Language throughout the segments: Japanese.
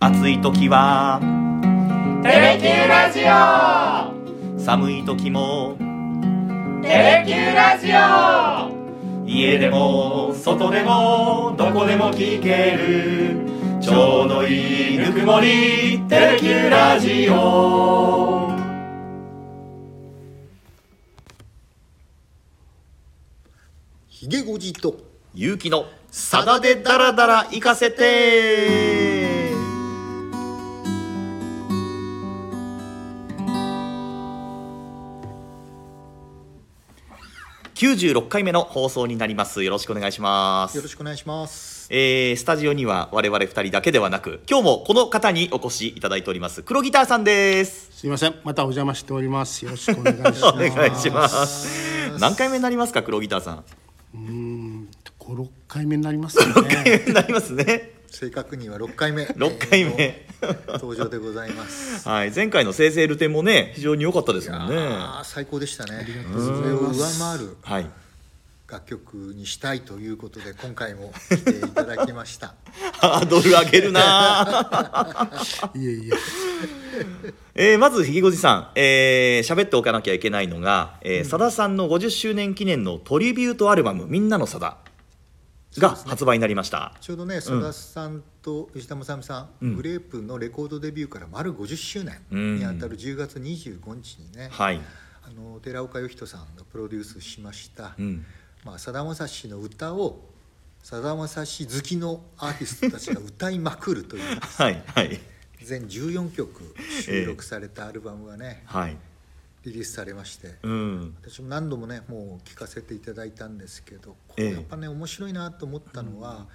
暑い時はテレキューラジオ寒い時もテレキューラジオ家でも外でもどこでも聞けるちょうどいいぬくもりテレキューラジオひげごじと勇気のさだでダラダラ行かせて96回目の放送になりますよろしくお願いしますよろしくお願いしますえースタジオには我々二人だけではなく今日もこの方にお越しいただいております黒ギターさんですすいません、またお邪魔しております。よろしくお願いします。お願いします何回目になりますか黒ギターさん五六回目になりますよね。なりますね正確には6回目6回目えーと登場でござい ますはい前回の生成ルテもね非常に良かったですもんねあー最高でしたねそれを上回るはい楽曲にしたいということで今回も来ていただきました ハードル上げるな ぁいえいえ、えーまずひげごじさんえー喋っておかなきゃいけないのがさだ、えーさださんの50周年記念のトリビュートアルバム「みんなのさだ」が発売になりましたちょうどね曽田さんと吉田正美さん、グレープのレコードデビューから丸50周年にあたる10月25日にね、はいあの寺岡義人さんがプロデュースしました、んまあ、さだまさしの歌をさだまさし好きのアーティストたちが歌いまくるというはいはい全14曲収録されたアルバムがね、はいリリースされまして、うん私も何度もねもう聴かせていただいたんですけどこええれやっぱね、面白いなと思ったのは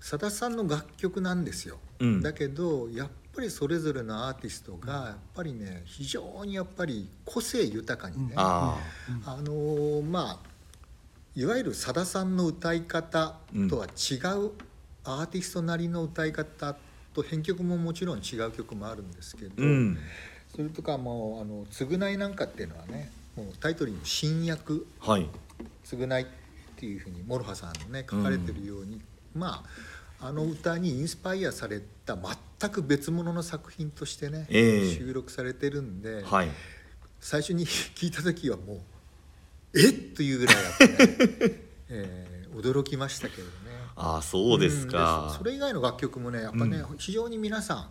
さだ、さんの楽曲なんですよ、うんだけどやっぱりそれぞれのアーティストがやっぱりね非常にやっぱり個性豊かにね、あああのーまあいわゆるさださんの歌い方とは違うアーティストなりの歌い方と編曲ももちろん違う曲もあるんですけど、うんそれとかもうあの「償い」なんかっていうのはねもうタイトルにも「新薬はい償い」っていうふうにモロハさんのね書かれてるように、まああの歌にインスパイアされた全く別物の作品としてね、ええ収録されてるんで、はい最初に聞いた時はもうえっというぐらいだったね、 えー驚きましたけどねああそうですうんでかそれ以外の楽曲もねやっぱね、非常に皆さん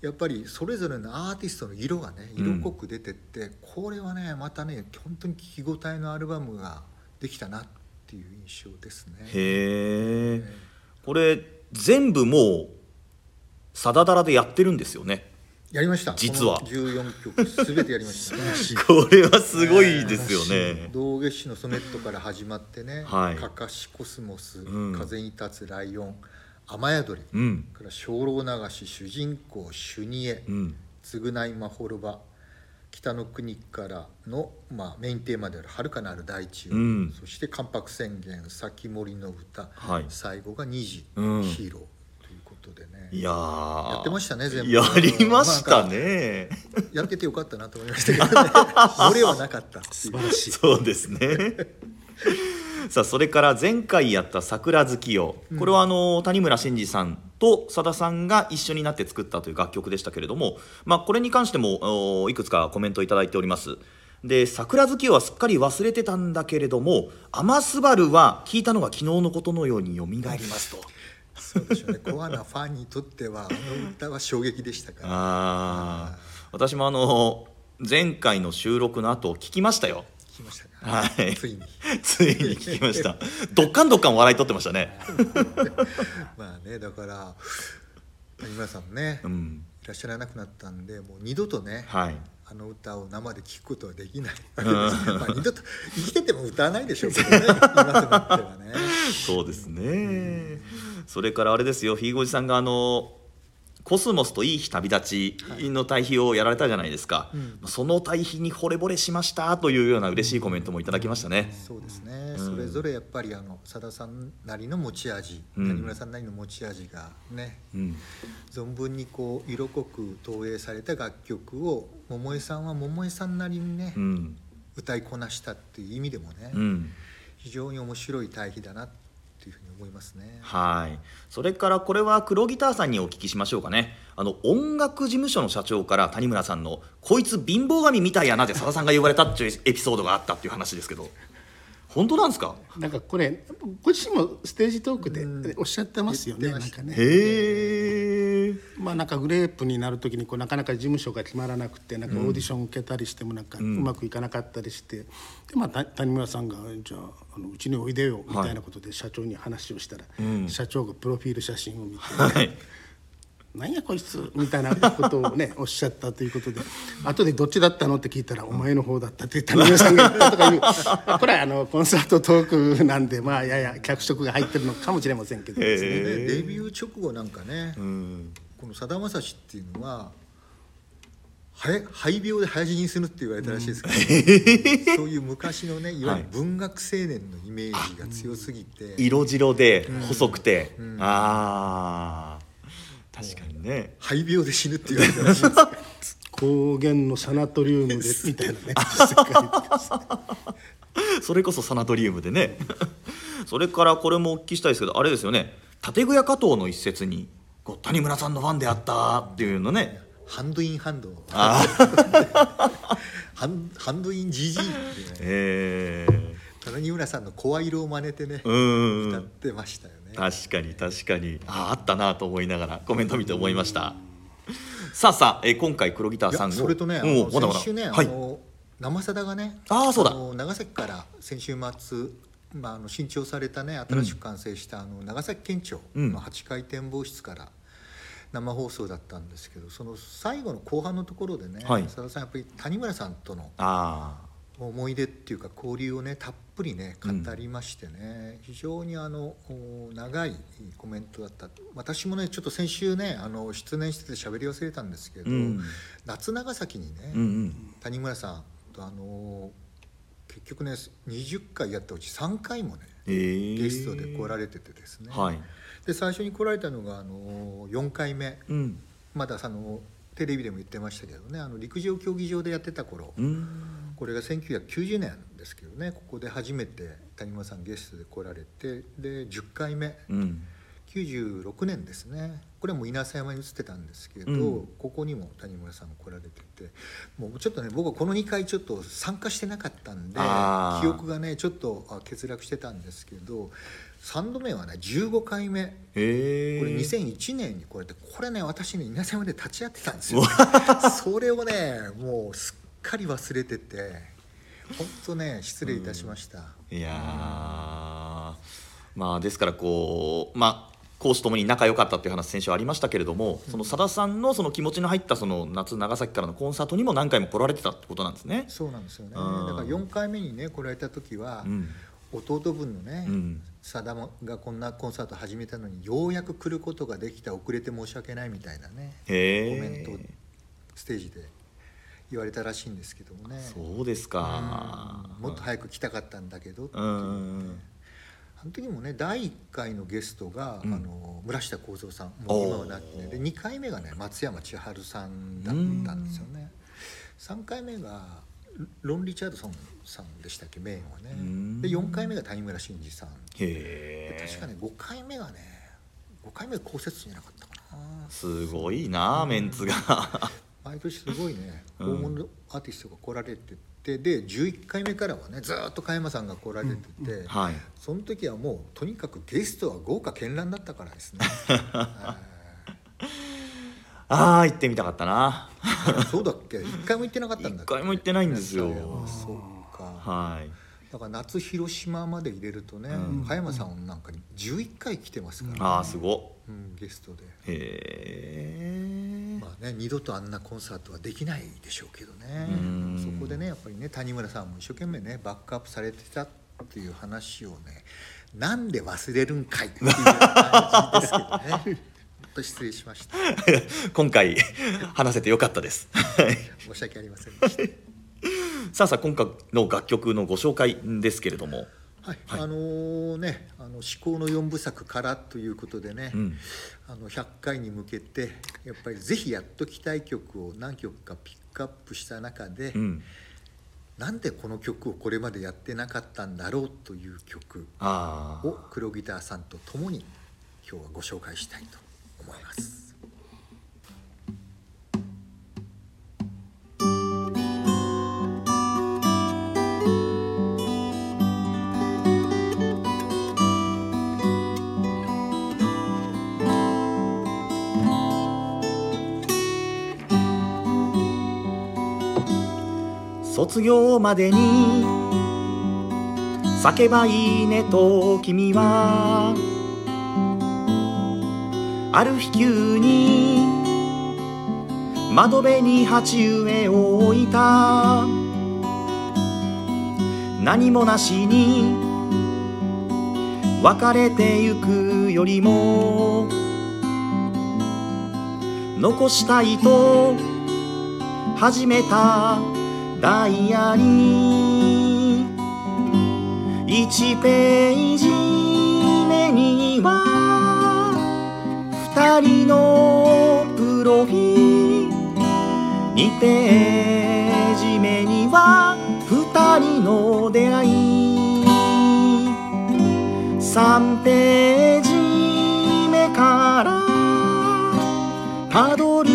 やっぱりそれぞれのアーティストの色がね色濃く出てって、これはねまたね本当に聴き応えのアルバムができたなっていう印象ですねへえこれ全部もうさだだらでやってるんですよねやりました実はこの14曲すべてやり ました、ね、これはすごいですよね。道化師のソネットから始まってね「はいかかしコスモス」うん風に立つライオン」「雨宿り」うんから「精霊流し」「主人公」「主にえう」ん「償いまほろば」「北の国からの」まあ、メインテーマである「遥かなる大地を」うんそして「関白宣言」「先森の歌」はい最後が「二時」うんヒーロー」ということでねいやーやってましたね全部やりましたね。やっててよかったなと思いましたけど ね漏れはなかったっていう素晴らしい。そうですね。 さあそれから前回やった「桜月夜」これはあの谷村新司さんとさださんが一緒になって作ったという楽曲でしたけれども、まあ、これに関してもおいくつかコメントいただいております。で桜月夜はすっかり忘れてたんだけれども「天すばる」は聞いたのが昨日のことのようによみがえりますと。 そうでしょうね。コアなファンにとってはあの歌は衝撃でしたから。ああ私もあの前回の収録の後聞きましたよ聞きましたか。はいついに。ついに聞きましたどっかんどっかん笑い取ってましたねまあねだから谷村さんもね、ういんらっしゃらなくなったんでもう二度とね、はいあの歌を生で聞くことはできないわけですね。まあ二度と生きてても歌わないでしょうけどね。今となってはね。そうですねそれからあれですよひいごじさんがあのコスモスといい日旅立ちの対比をやられたじゃないですか、その対比に惚れ惚れしましたというような嬉しいコメントもいただきましたね、そうですね。それぞれやっぱりあのさださんなりの持ち味、うん谷村さんなりの持ち味がねうん、存分にこう色濃く投影された楽曲を桃江さんは桃江さんなりにね、うん歌いこなしたっていう意味でもね、うん非常に面白い対比だなっっていうふうに思いますね。はいそれからこれは黒ギターさんにお聞きしましょうかねあの音楽事務所の社長から谷村さんの「こいつ貧乏神みたいやな」ってさださんが言われたっていうエピソードがあったっていう話ですけど本当なんですかなんかこれご自身もステージトークでおっしゃってますよね。言ってなまんしたかね。へえまあなんかグレープになるときにこうなかなか事務所が決まらなくてなんかオーディション受けたりしてもなんかうまくいかなかったりして、でまあた谷村さんが「じゃああのうちにおいでよ」みたいなことで社長に話をしたら、社長がプロフィール写真を見てはい「なんやこいつ」みたいなことをね おっしゃったということで後で「どっちだったの?」って聞いたら「お前の方だった」って谷村さんが言ったとかいう これはあのコンサートトークなんでまあやや脚色が入ってるのかもしれませんけどですね。でねデビュー直後なんかね、このさだまさしっていうのははや肺病で早死にするって言われたらしいですけど、そういう昔のねいわゆる文学青年のイメージが強すぎて、色白で細くて、あー確かにね肺病で死ぬって言われたらしいです高原のサナトリウムでみ たいなね世界ですそれこそサナトリウムでね それからこれもお聞きしたいですけどあれですよね建具屋加藤の一節にこう谷村さんのファンであったっていうのねハンドインハンドあーハンハンドイン GG ってねえ谷村さんの声色を真似てねー、う、ー歌っんてましたよね。確かに確かにあーあったなと思いながらコメント見て思いましたさあさあ、えー今回黒ギターいさんやをそれとね、あおうのまだまだ先週ね、はいあの生さだがね、あーそうだの長崎から先週末、まああの新調されたね、新しく完成した、あの長崎県庁うんの8階展望室から。生放送だったんですけどその最後の後半のところでね、はいさださんやっぱり谷村さんとのあ思い出っていうか交流をねたっぷりね語りましてね、非常にあのお長いコメントだった私もねちょっと先週ねあの出演してて喋り忘れたんですけーど、うん夏長崎にね、うんうん谷村さんとあの結局ね20回やったうち3回もねえーゲストで来られててですね、はいで最初に来られたのがあの4回目うんまだあのテレビでも言ってましたけどねあの陸上競技場でやってた頃うんこれが1990年ですけどねここで初めて谷村さんゲストで来られてで10回目うん96年ですねこれはもう稲佐山に移ってたんですけど、うんここにも谷村さん来られててもうちょっとね僕はこの2回ちょっと参加してなかったんであー記憶がねちょっとあ欠落してたんですけど3度目はね15回目こえーれ2001年に来られてこれね私ね稲佐山で立ち会ってたんですよ それをねもうすっかり忘れてて本当ね失礼いたしました、いやーまあですからこうまあ講師ともに仲良かったっていう話先週ありましたけれども、そのさださんのその気持ちの入ったその夏長崎からのコンサートにも何回も来られてたってことなんですね。そうなんですよねだかうんら4回目にね来られた時は、うん、弟分のねうんさだ、もがこんなコンサート始めたのにようやく来ることができた遅れて申し訳ないみたいなねコへえ。メントをステージで言われたらしいんですけどもねそうですか。うんもっと早く来たかったんだけどっていううあんの時もね第1回のゲストが、うんあの村下幸三さんおもーう今はなってねで2回目がね松山千春さんだったんですよね3回目がロン・リチャードソンさんでしたっけメインはねんで4回目が谷村新司さんへえ。確かね5回目がね5回目が公設じゃなかったかなすごいなメンツ が。毎年すごいねう大ん物アーティストが来られててで11回目からはねずーっと加山さんが来られてて、はい。その時はもうとにかくゲストは豪華絢爛だったから ですねはいああ行ってみたかったな。そうだっけ一回も行ってなかったんだっけ一回も行ってないんですよそうかはい。だから夏広島まで入れるとね、うん加山さんなんかに11回来てますから、ねああすごうん、ゲストで。い。へえ。まあね、二度とあんなコンサートはできないでしょうけどねうんそこでねやっぱりね谷村さんも一生懸命ねバックアップされてたっていう話をねなんで忘れるんかいっていう感じですけどね 本当失礼しました 今回話せてよかったです。はい申し訳ありませんでした、さあさあ今回の楽曲のご紹介ですけれども、はいあのーね「あの至高の四部作から」ということでね、うんあの100回に向けてやっぱりぜひやっときたい曲を何曲かピックアップした中で、うん、なんでこの曲をこれまでやってなかったんだろうという曲あを黒ギターさんとともに今日はご紹介したいと思 います。あ卒業までに叫ばいいねと君はある日急に窓辺に鉢植えを置いた何もなしに別れてゆくよりも残したいと始めたダイアリー1ページ目には二人のプロフィール2ページ目には二人の出会い3ページ目からたどる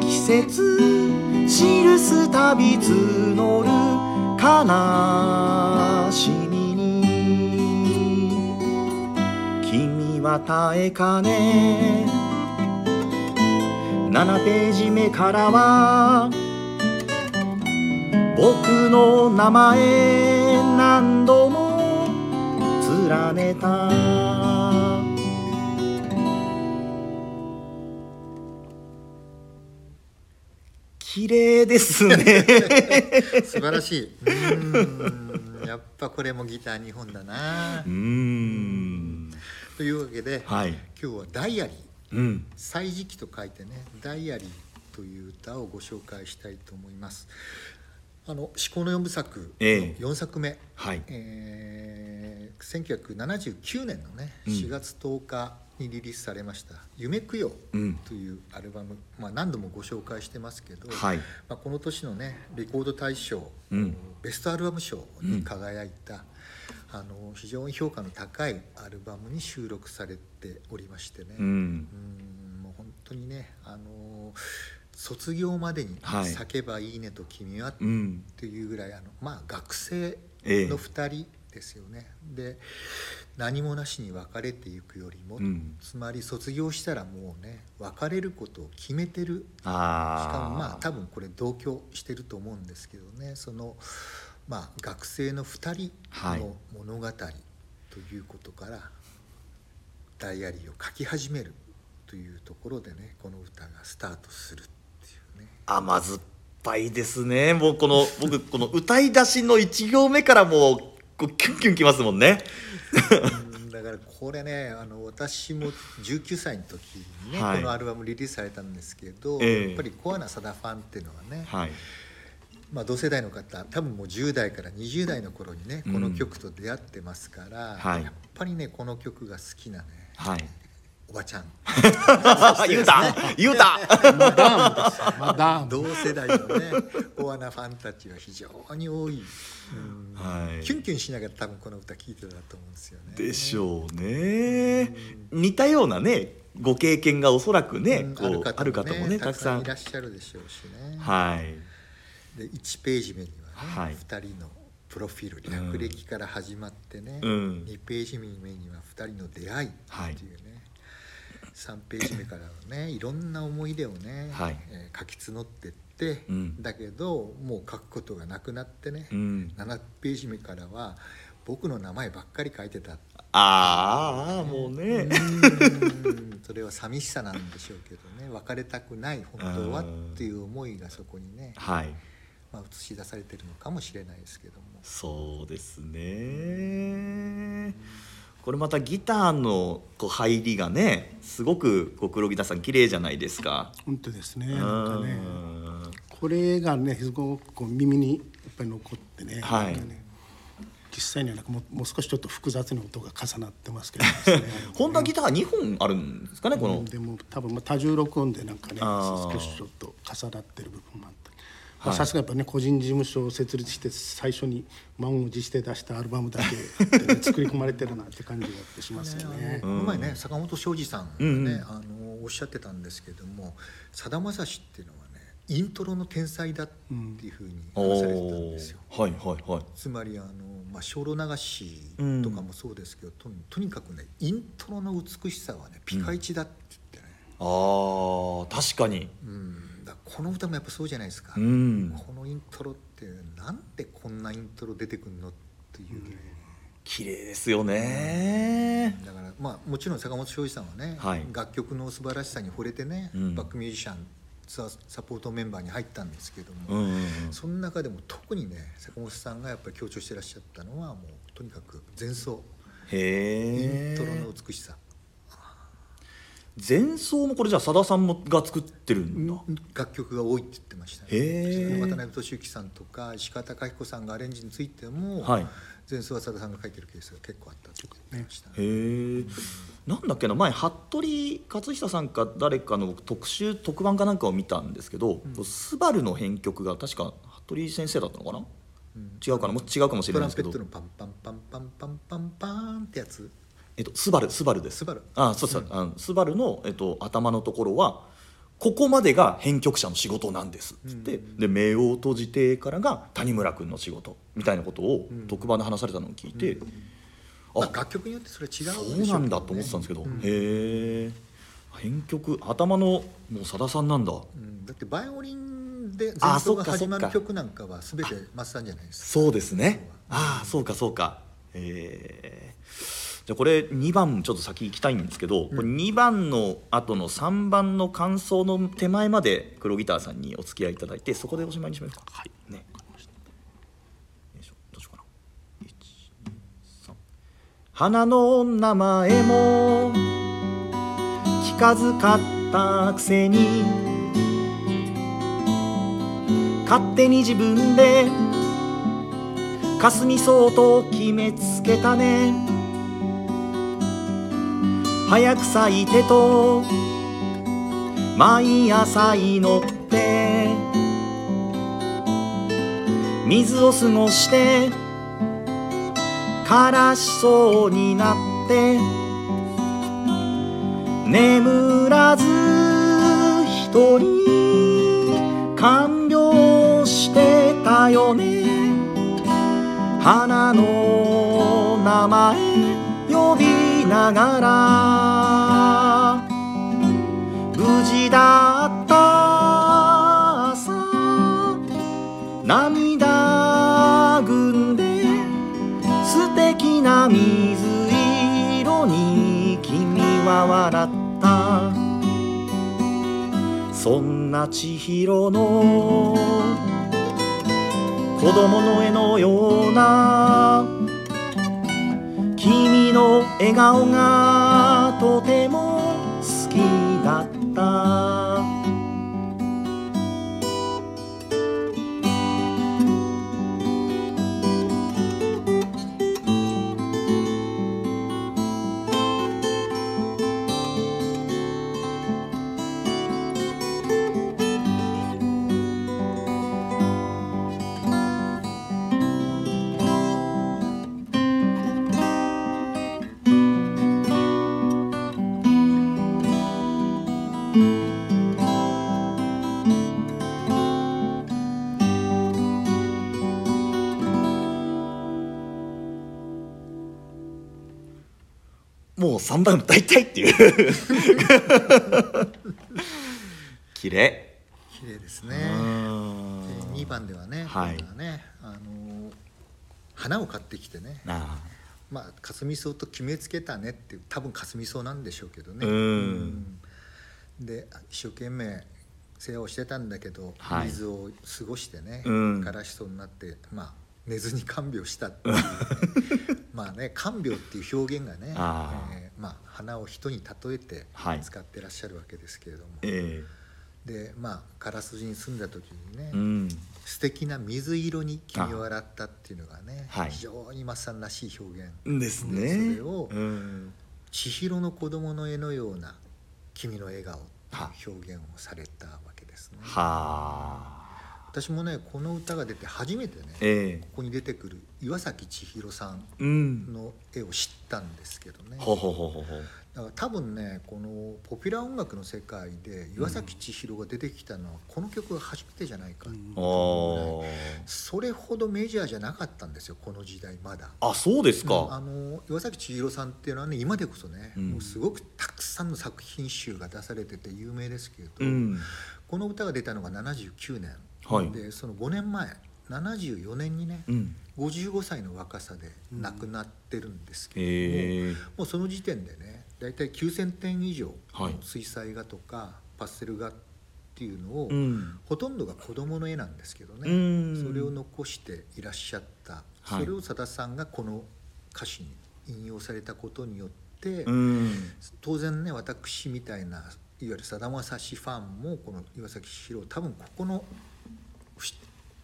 季節記す旅募る悲しみに君は耐えかね7ページ目からは僕の名前何度も連ねた綺麗ですね素晴らしい。うーんやっぱこれもギター日本だなうー。んというわけで、はい今日はダイアリー。うん「歳時記」と書いてね「ダイアリー」という歌をご紹介したいと思います。あの至高の4部作ええ4作目、はいえー1979年のねうん4月10日にリリースされました「夢供養うん」というアルバム、まあ、何度もご紹介してますけど、はいまあ、この年のねレコード大賞、うんベストアルバム賞に輝いた、あの非常に評価の高いアルバムに収録されておりましてね、うんうんもう本当にね、あのー卒業までにはい叫ばいいねと君はっうんていうぐらい、あのまあ学生ええの2人ですよね、で何もなしに別れていくよりも、うんつまり卒業したらもうね別れることを決めてるしああかもまあ多分これ同居してると思うんですけどねその、まあ、学生の2人はいの物語ということから、ダイアリーを書き始めるというところでねこの歌がスタートするっていうね甘酸っぱいですねもうこの僕この歌い出しの1行目からもうこうキュンキュンきますもんねうんだからこれねあの私も19歳の時にね、はいこのアルバムリリースされたんですけど、ええやっぱりコアなサダファンっていうのはね、はいまあ、同世代の方多分もう10代から20代の頃にねこうのん曲と出会ってますから、はいやっぱりねこの曲が好きなねはいおばちゃん言うた言うたマダームですマダーム同世代の ねコアなファンたちは非常に多い、うんはいキュンキュンしながら多分この歌聴いてたと思うんですよね。でしょうね似たようなねご経験がおそらくね、うんこうある方もねたくさんいらっしゃるでしょうしね、はいで1ページ目にははね、い二2人のプロフィール略歴から始まってね、うん2ページ目には2人の出会いっていうね、3ページ目からはねいろんな思い出をね、はいえー書き募ってって、うんだけどもう書くことがなくなってね、うん7ページ目からは僕の名前ばっかり書いて たあーあーもうね、うんそれは寂しさなんでしょうけどね別れたくない本当はっていう思いがそこにね、はいまあ、映し出されてるのかもしれないですけどもそうですねこれまたギターのこう入りがねすごくこう黒ギターさん綺麗じゃないですか。本当ですねうなんかねんこれがねすごくこう耳にやっぱり残ってね,、はいなんかね実際にはなんかもうもう少しちょっと複雑な音が重なってますけどですね 本当はギター2本あるんですかねこの、うんでも多分まあ多重録音でなんかねあー少しちょっと重なってる部分もあったまあさすがやっぱね個人事務所を設立して最初に満を持して出したアルバムだけで ね、作り込まれてるなって感じがってしますよねこ。の前ね坂本昌司さんがね、あのおっしゃってたんですけどもさだまさしっていうのはねイントロの天才だっていうふうに話されてたんですよ。おーはいはいはいつまりあの、まあ、精霊流しとかもそうですけど、ととにかくねイントロの美しさはねピカイチだって言ってね、あー確かにうんだからこの歌もやっぱそうじゃないですか、うんこのイントロってなんでこんなイントロ出てくるのっていう、綺麗ですよねだからまあもちろん坂本昌司さんはね、はい楽曲の素晴らしさに惚れてね、うんバックミュージシャンツアーサポートメンバーに入ったんですけども、うんうんうんその中でも特にね坂本さんがやっぱり強調してらっしゃったのはもうとにかく前奏イへントロえの美しさ前奏もこれじゃあさださんもが作ってるんだ楽曲が多いって言ってましたね、へー渡辺俊之さんとか石川貴彦さんがアレンジについても、はい前奏はさださんが書いてるケースが結構あったって言ってました、へえなんだっけな前服部克久さんか誰かの特集特番かなんかを見たんですけど「スバルの編曲が確か服部先生だったのかな、違うかなもう違うかもしれトなラいンですペけどットのパンパンパンパンパンパンパンってやつえっと、スバルスバルですスバルあそうそう、あのスバルの、えっと、頭のところはここまでが編曲者の仕事なんですっつって、で目を閉じてからが谷村君の仕事みたいなことを特番で話されたのを聞いて、まああ、楽曲によってそれ違うそうなんだと思ってたんですけど、へえ編曲頭のもうさださんなんだうんだってバイオリンであ前奏がそっかそ始っかまる曲なんかは全てマスさんじゃないですかそうですねああそうかそうかえーじゃあこれ2番ちょっと先行きたいんですけど、これ2番の後の3番の感想の手前まで黒ギターさんにお付き合いいただいてそこでおしまいにしましょうかはいねよいしょどうしようかな123花の名前も聞かずかったくせに勝手に自分で霞そうと決めつけたね早く咲いてと毎朝祈って水を過ごして枯らしそうになって眠らず一人看病してたよね花の名前呼びながら無事だった朝涙ぐんで素敵な水色に君は笑ったそんな千尋の子供の絵のような君の笑顔がとても好きだったもう3番歌いたいっていう綺麗綺麗ですうねん2番ではね,、はい今度はねあのー花を買ってきてねあまあ霞草と決めつけたねっていう多分霞草なんでしょうけどね、うんうんで一生懸命世話をしてたんだけど、はい水を過ごしてね、うん枯らしそうになってまあ寝ずに看病したって いうね、まあね看病っていう表現がね、あーえーまあ、花を人に例えてはい使ってらっしゃるわけですけれども、えでまあ烏筋に住んだ時にね、えうん素敵な水色に君を洗ったっていうのがね、あはい非常にマッサンらしい表現ですねそれをうん「千尋の子供の絵のような君の笑顔」はという表現をされたわけですね。はあ私もねこの歌が出て初めてね、ええここに出てくる岩崎千尋さんうんの絵を知ったんですけどねほうほうほうほうほうだから多分ねこのポピュラー音楽の世界で岩崎千尋が出てきたのはこの曲が初めてじゃないか、あーそれほどメジャーじゃなかったんですよこの時代まだ。あそうですうんあか、の岩崎千尋さんっていうのはね今でこそね、うんもうすごくたくさんの作品集が出されてて有名ですけれうど、んこの歌が出たのが79年、はいでその5年前74年にね、うん、 55歳の若さで亡くなってるんですけれども、ええもうその時点でね大体9,000点以上はいの水彩画とかパステル画っていうのを、うんほとんどが子供の絵なんですけどね、うんそれを残していらっしゃった、はいそれをさださんがこの歌詞に引用されたことによって、うん当然ね私みたいないわゆるさだまさしファンもこの岩崎宏多分ここのし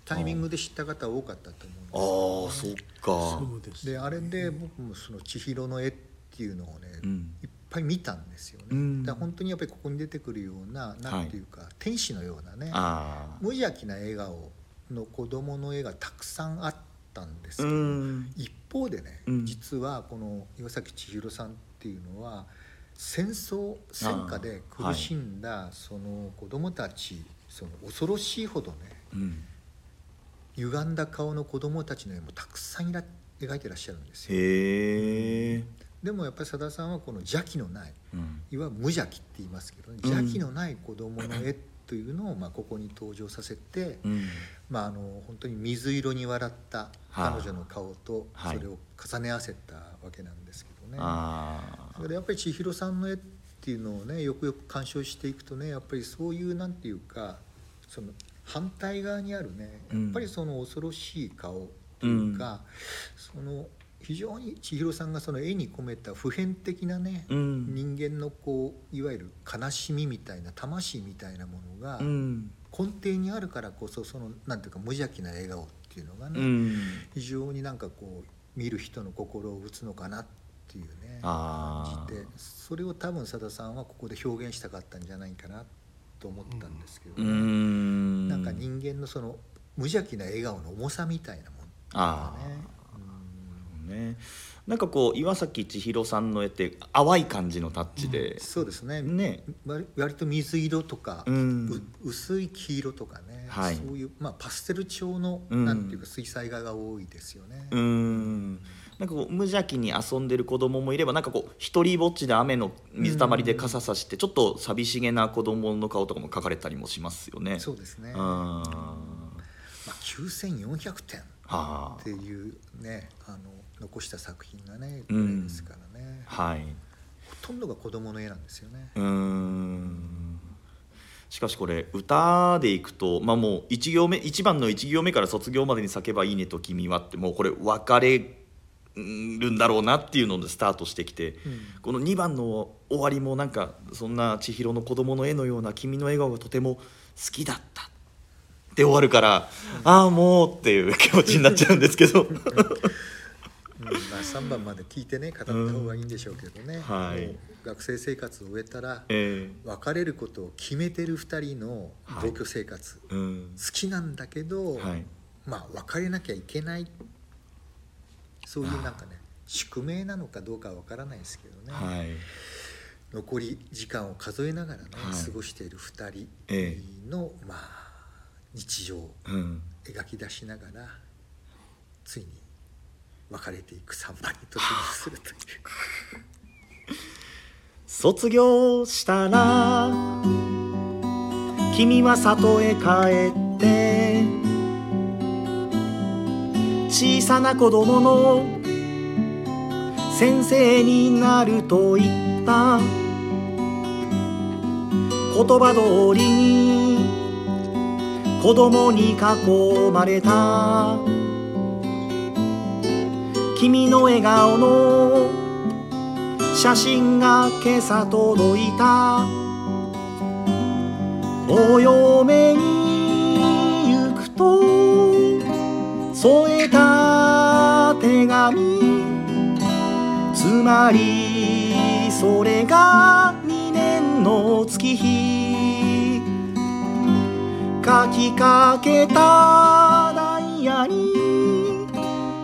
タイミングで知った方多かったとあ思うんあですそっかそうですであれで僕もその千尋の絵っていうのをね、うんいっぱい見たんですよね、うんだから本当にやっぱりここに出てくるようななんていうか、天使のようなねあ無邪気な笑顔の子供の絵がたくさんあったんですあうけど、ん一方でね、うん実はこの岩崎千尋さんっていうのは戦争戦火で苦しんだその子供たち、その恐ろしいほどねうん歪んだ顔の子供たちの絵もたくさんいら描いてらっしゃるんですよへえでもやっぱりさださんはこの邪気のないうんいわゆる無邪気って言いますけど、ね、うん邪気のない子供の絵というのをまあここに登場させて、うんまあ、あの本当に水色に笑った彼女の顔とはいそれを重ね合わせたわけなんですけどね、あだからやっぱり千尋さんの絵っていうのをねよくよく鑑賞していくとねやっぱりそういうなんていうかその反対側にあるねうやんっぱりその恐ろしい顔というか、その非常に千尋さんがその絵に込めた普遍的なね、あうん人間のこういわゆる悲しみみたいな魂みたいなものが、うん根底にあるからこそそのなんていうか無邪気な笑顔っていうのがね、うん非常になんかこう見る人の心を打つのかなっていうねあ感じてそれを多分さださんはここで表現したかったんじゃないかなと思ったんですけどうね、んなんか人間のその無邪気な笑顔の重さみたいなものああがねねなんかこう岩崎千尋さんの絵って淡い感じのタッチうんで、そうですねね割割と水色とか、うんう薄い黄色とかね、はいそういう、まあ、パステル調の、うんなんていうか水彩画が多いですよね。うんなんかこう無邪気に遊んでる子供もいればなんかこう一人ぼっちで雨の水たまりで傘さしてちょっと寂しげな子供の顔とかも描かれたりもしますよね。そうですね、まあ、あ9400点あっていうねあの残した作品がねうこんれですからね、はいほとんどが子供の絵なんですよね。うんしかしこれ歌でいくと、まあ、もう一行目一番の1行目から卒業までに叫ばいいねと君はってもうこれ別れるんだろうなっていうのでスタートしてきて、この2番の終わりもなんかそんな千尋の子供の絵のような君の笑顔がとても好きだったって終わるから、ああもうっていう気持ちになっちゃうんですけど うんまあ、3番まで聞いてね語った方がいいんでしょうけどね、はいもう学生生活を終えたらえ別れることを決めてる2人の同居生活、えうん好きなんだけど、はいまあ別れなきゃいけないそういうなんかね宿命なのかどうかは分からないですけどね、はい残り時間を数えながらね、はい過ごしている2え人の、まあ日常をうん描き出しながらついに別れていく3番に突入するという卒業したら君は里へ帰って小さな子供の先生になると言った言葉通りに子供に囲まれた君の笑顔の写真が今朝届いたお嫁に行くと添えた手紙つまりそれが2年の月日帰書きかけたダイヤに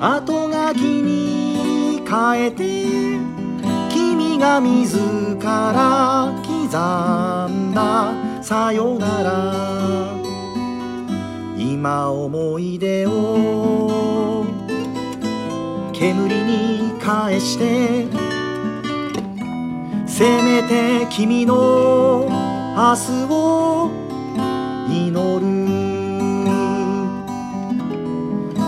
後書きに変えて君が自ら刻んださよなら今思い出を煙に返してせめて君の明日を祈る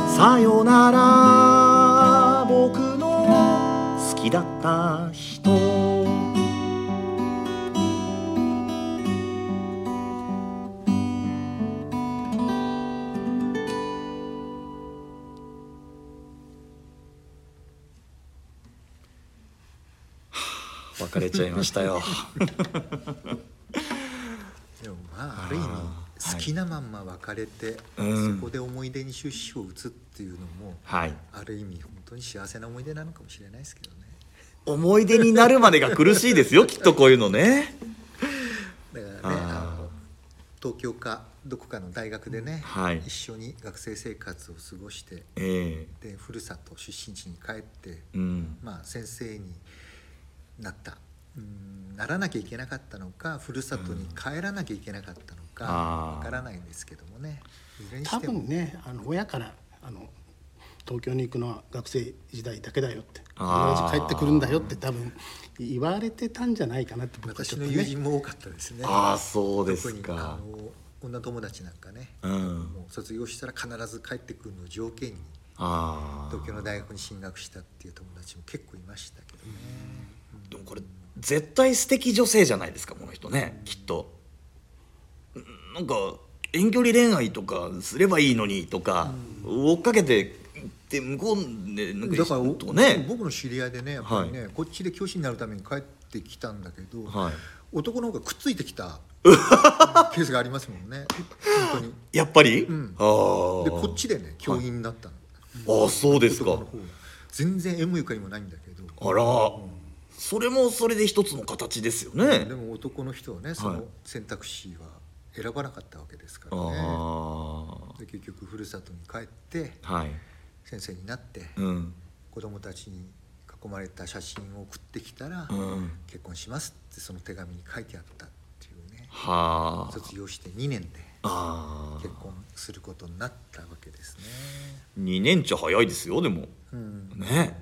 さよなら僕の好きだった人別れちゃいました よでもまあある意味ー好きなまんま別れて、うんそこで思い出に終止符を打つっていうのもはいある意味本当に幸せな思い出なのかもしれないですけどね思い出になるまでが苦しいですよきっとこういうの ねだからねああの東京かどこかの大学でね、はい一緒に学生生活を過ごしてえでふるさと出身地に帰って、えうんまあ、先生になったうんならなきゃいけなかったのかふるさとに帰らなきゃいけなかったのかうんあーわからないんですけどもねいずれに多しても分ねあの親からあの東京に行くのは学生時代だけだよってあー必ず帰ってくるんだよって多分言われてたんじゃないかなって僕はち私ょっとの友ね人も多かったですねああそうです特にあかの女友達なんかね、うんもう卒業したら必ず帰ってくるのを条件にああ東京の大学に進学したっていう友達も結構いましたけどね、でもこれ絶対素敵女性じゃないですかこの人ねきっとんなんか遠距離恋愛とかすればいいのにとか、追っかけてで向こうでなんかだからおとね僕の知り合いでねやっぱりね、こっちで教師になるために帰ってきたんだけど、はい男の方がくっついて きたケースがありますもんね本当にやっぱり、んああでこっちでね教員になったの、ああそうですか男の方が全然 M ゆかりもないんだけどあら、それもそれで一つの形ですよね、でも男の人はねそはいの選択肢は選ばなかったわけですからね、あで結局ふるさとに帰ってあはい先生になってうん子供たちに囲まれた写真を送ってきたら、うん結婚しますってその手紙に書いてあったっていうねはあ卒業して2年であ結婚することになったわけですね、 2年ちゃ早いですよでもうん、ね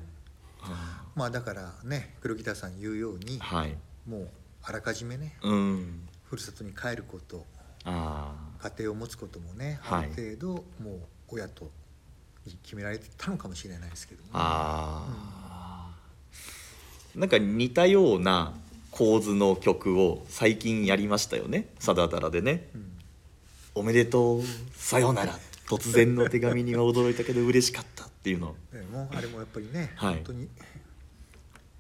まあだからね黒木田さん言うようにはいもうあらかじめねうんふるさとに帰ることああ家庭を持つこともねはあいる程度もう親と決められてたのかもしれないですけども、あーなんか似たような構図の曲を最近やりましたよね「サダダラ」でねうん「おめでとうさよなら」「突然の手紙には驚いたけど嬉しかった」っていうのでもあれもやっぱりね、はい本当に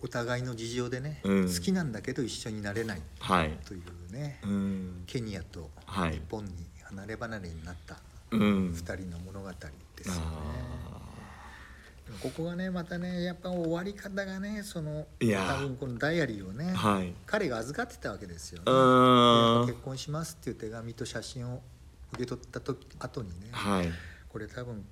お互いの事情でね、うん好きなんだけど一緒になれないはいというね、うんケニアとはい日本に離れ離れになったうん2人の物語ですよね。あここがねまたねやっぱ終わり方がねそのいやー多分このダイアリーをね、ーはい彼が預かってたわけですよね。うーんで結婚しますっていう手紙と写真を受け取った時後にね、はいこれ多分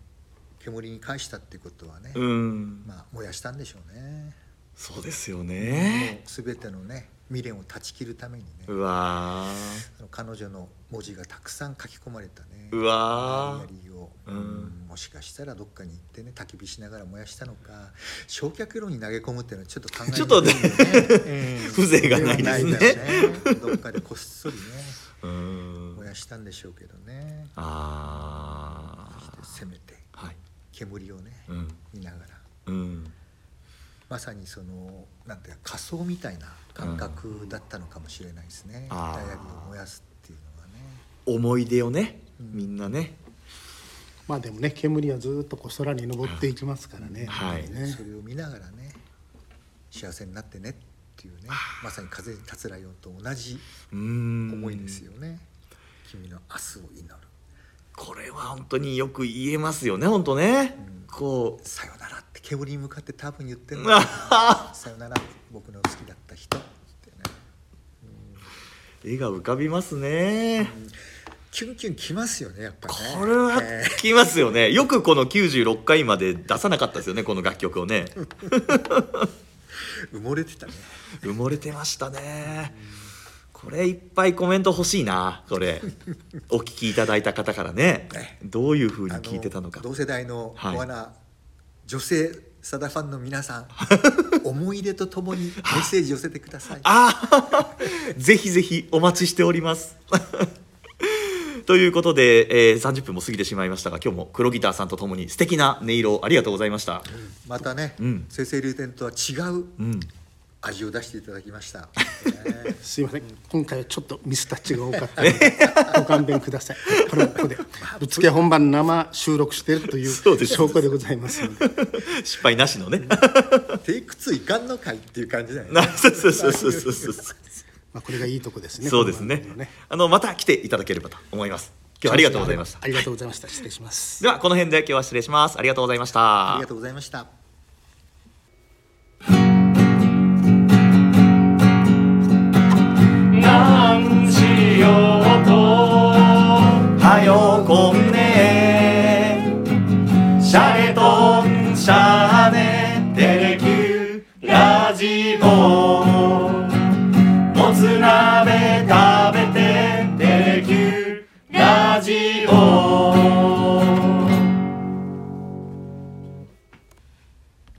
煙に返したってことはね、うんまあ燃やしたんでしょうね。そうですよもねう全てのね未練を断ち切るためにね、うわあの彼女の文字がたくさん書き込まれたねーうわダーイアリーを、うんうんもしかしたらどっかに行ってね焚き火しながら燃やしたのか焼却炉に投げ込むっていうのはちょっと考えにくいちょっとねうん風情がないですねではないだろうねどっかでこっそりねうん燃やしたんでしょうけどねあせめてあはい煙をねうん見ながらうんまさにそのなんていうか仮想みたいな感覚だったのかもしれないですね、あーダイアリーを燃やすっていうのはね思い出をねうんみんなね、まあでもね煙はずっとこう空に登っていきますからね,、はいねそれを見ながらね幸せになってねっていうねまさに風に立つライオンと同じうーん思いですよね君の明日を祈るこれは本当によく言えますよね本当ね、こうさよならって煙に向かって多分言ってるうのわさよなら僕の好きだった人ってね絵が浮かびますね、キュンキュンきますよねやっぱり、ね、これはえ聞きますよね、よくこの96回まで出さなかったですよねこの楽曲をねー埋もれてたね埋もれてましたねこれいっぱいコメント欲しいなこれお聞きいただいた方からねねどういうふうにあの聞いてたのか同世代のはいコアな女性サダファンの皆さ ん思い出とともにメッセージ寄せてくださいあー ぜひぜひお待ちしております。 ということで、えー30分も過ぎてしまいましたが今日も黒ギターさんとともに素敵な音色をありがとうございました。またね、うん生成流天とは違ううん、味を出していただきました、ね すいません今回はちょっとミスタッチが多かったの でご勘弁くださいこれはここでぶっつけ本番生収録しているというそうです証拠でございますので 失敗なしのね。 テイク2いかんのかいっていう感じだよねな そうそうそうそうそうそうまあこれがいいとこですねそうですねこの番組のあのまた来ていただければと思います。今日はありがとうございましたあ。りがとうございました失礼しますではこの辺で今日は失礼します。ありがとうございました。ありがとうございましたなんしようとはよこんねシャレとんシャーネテレキューラジオもつ鍋食べてテレキューラジオ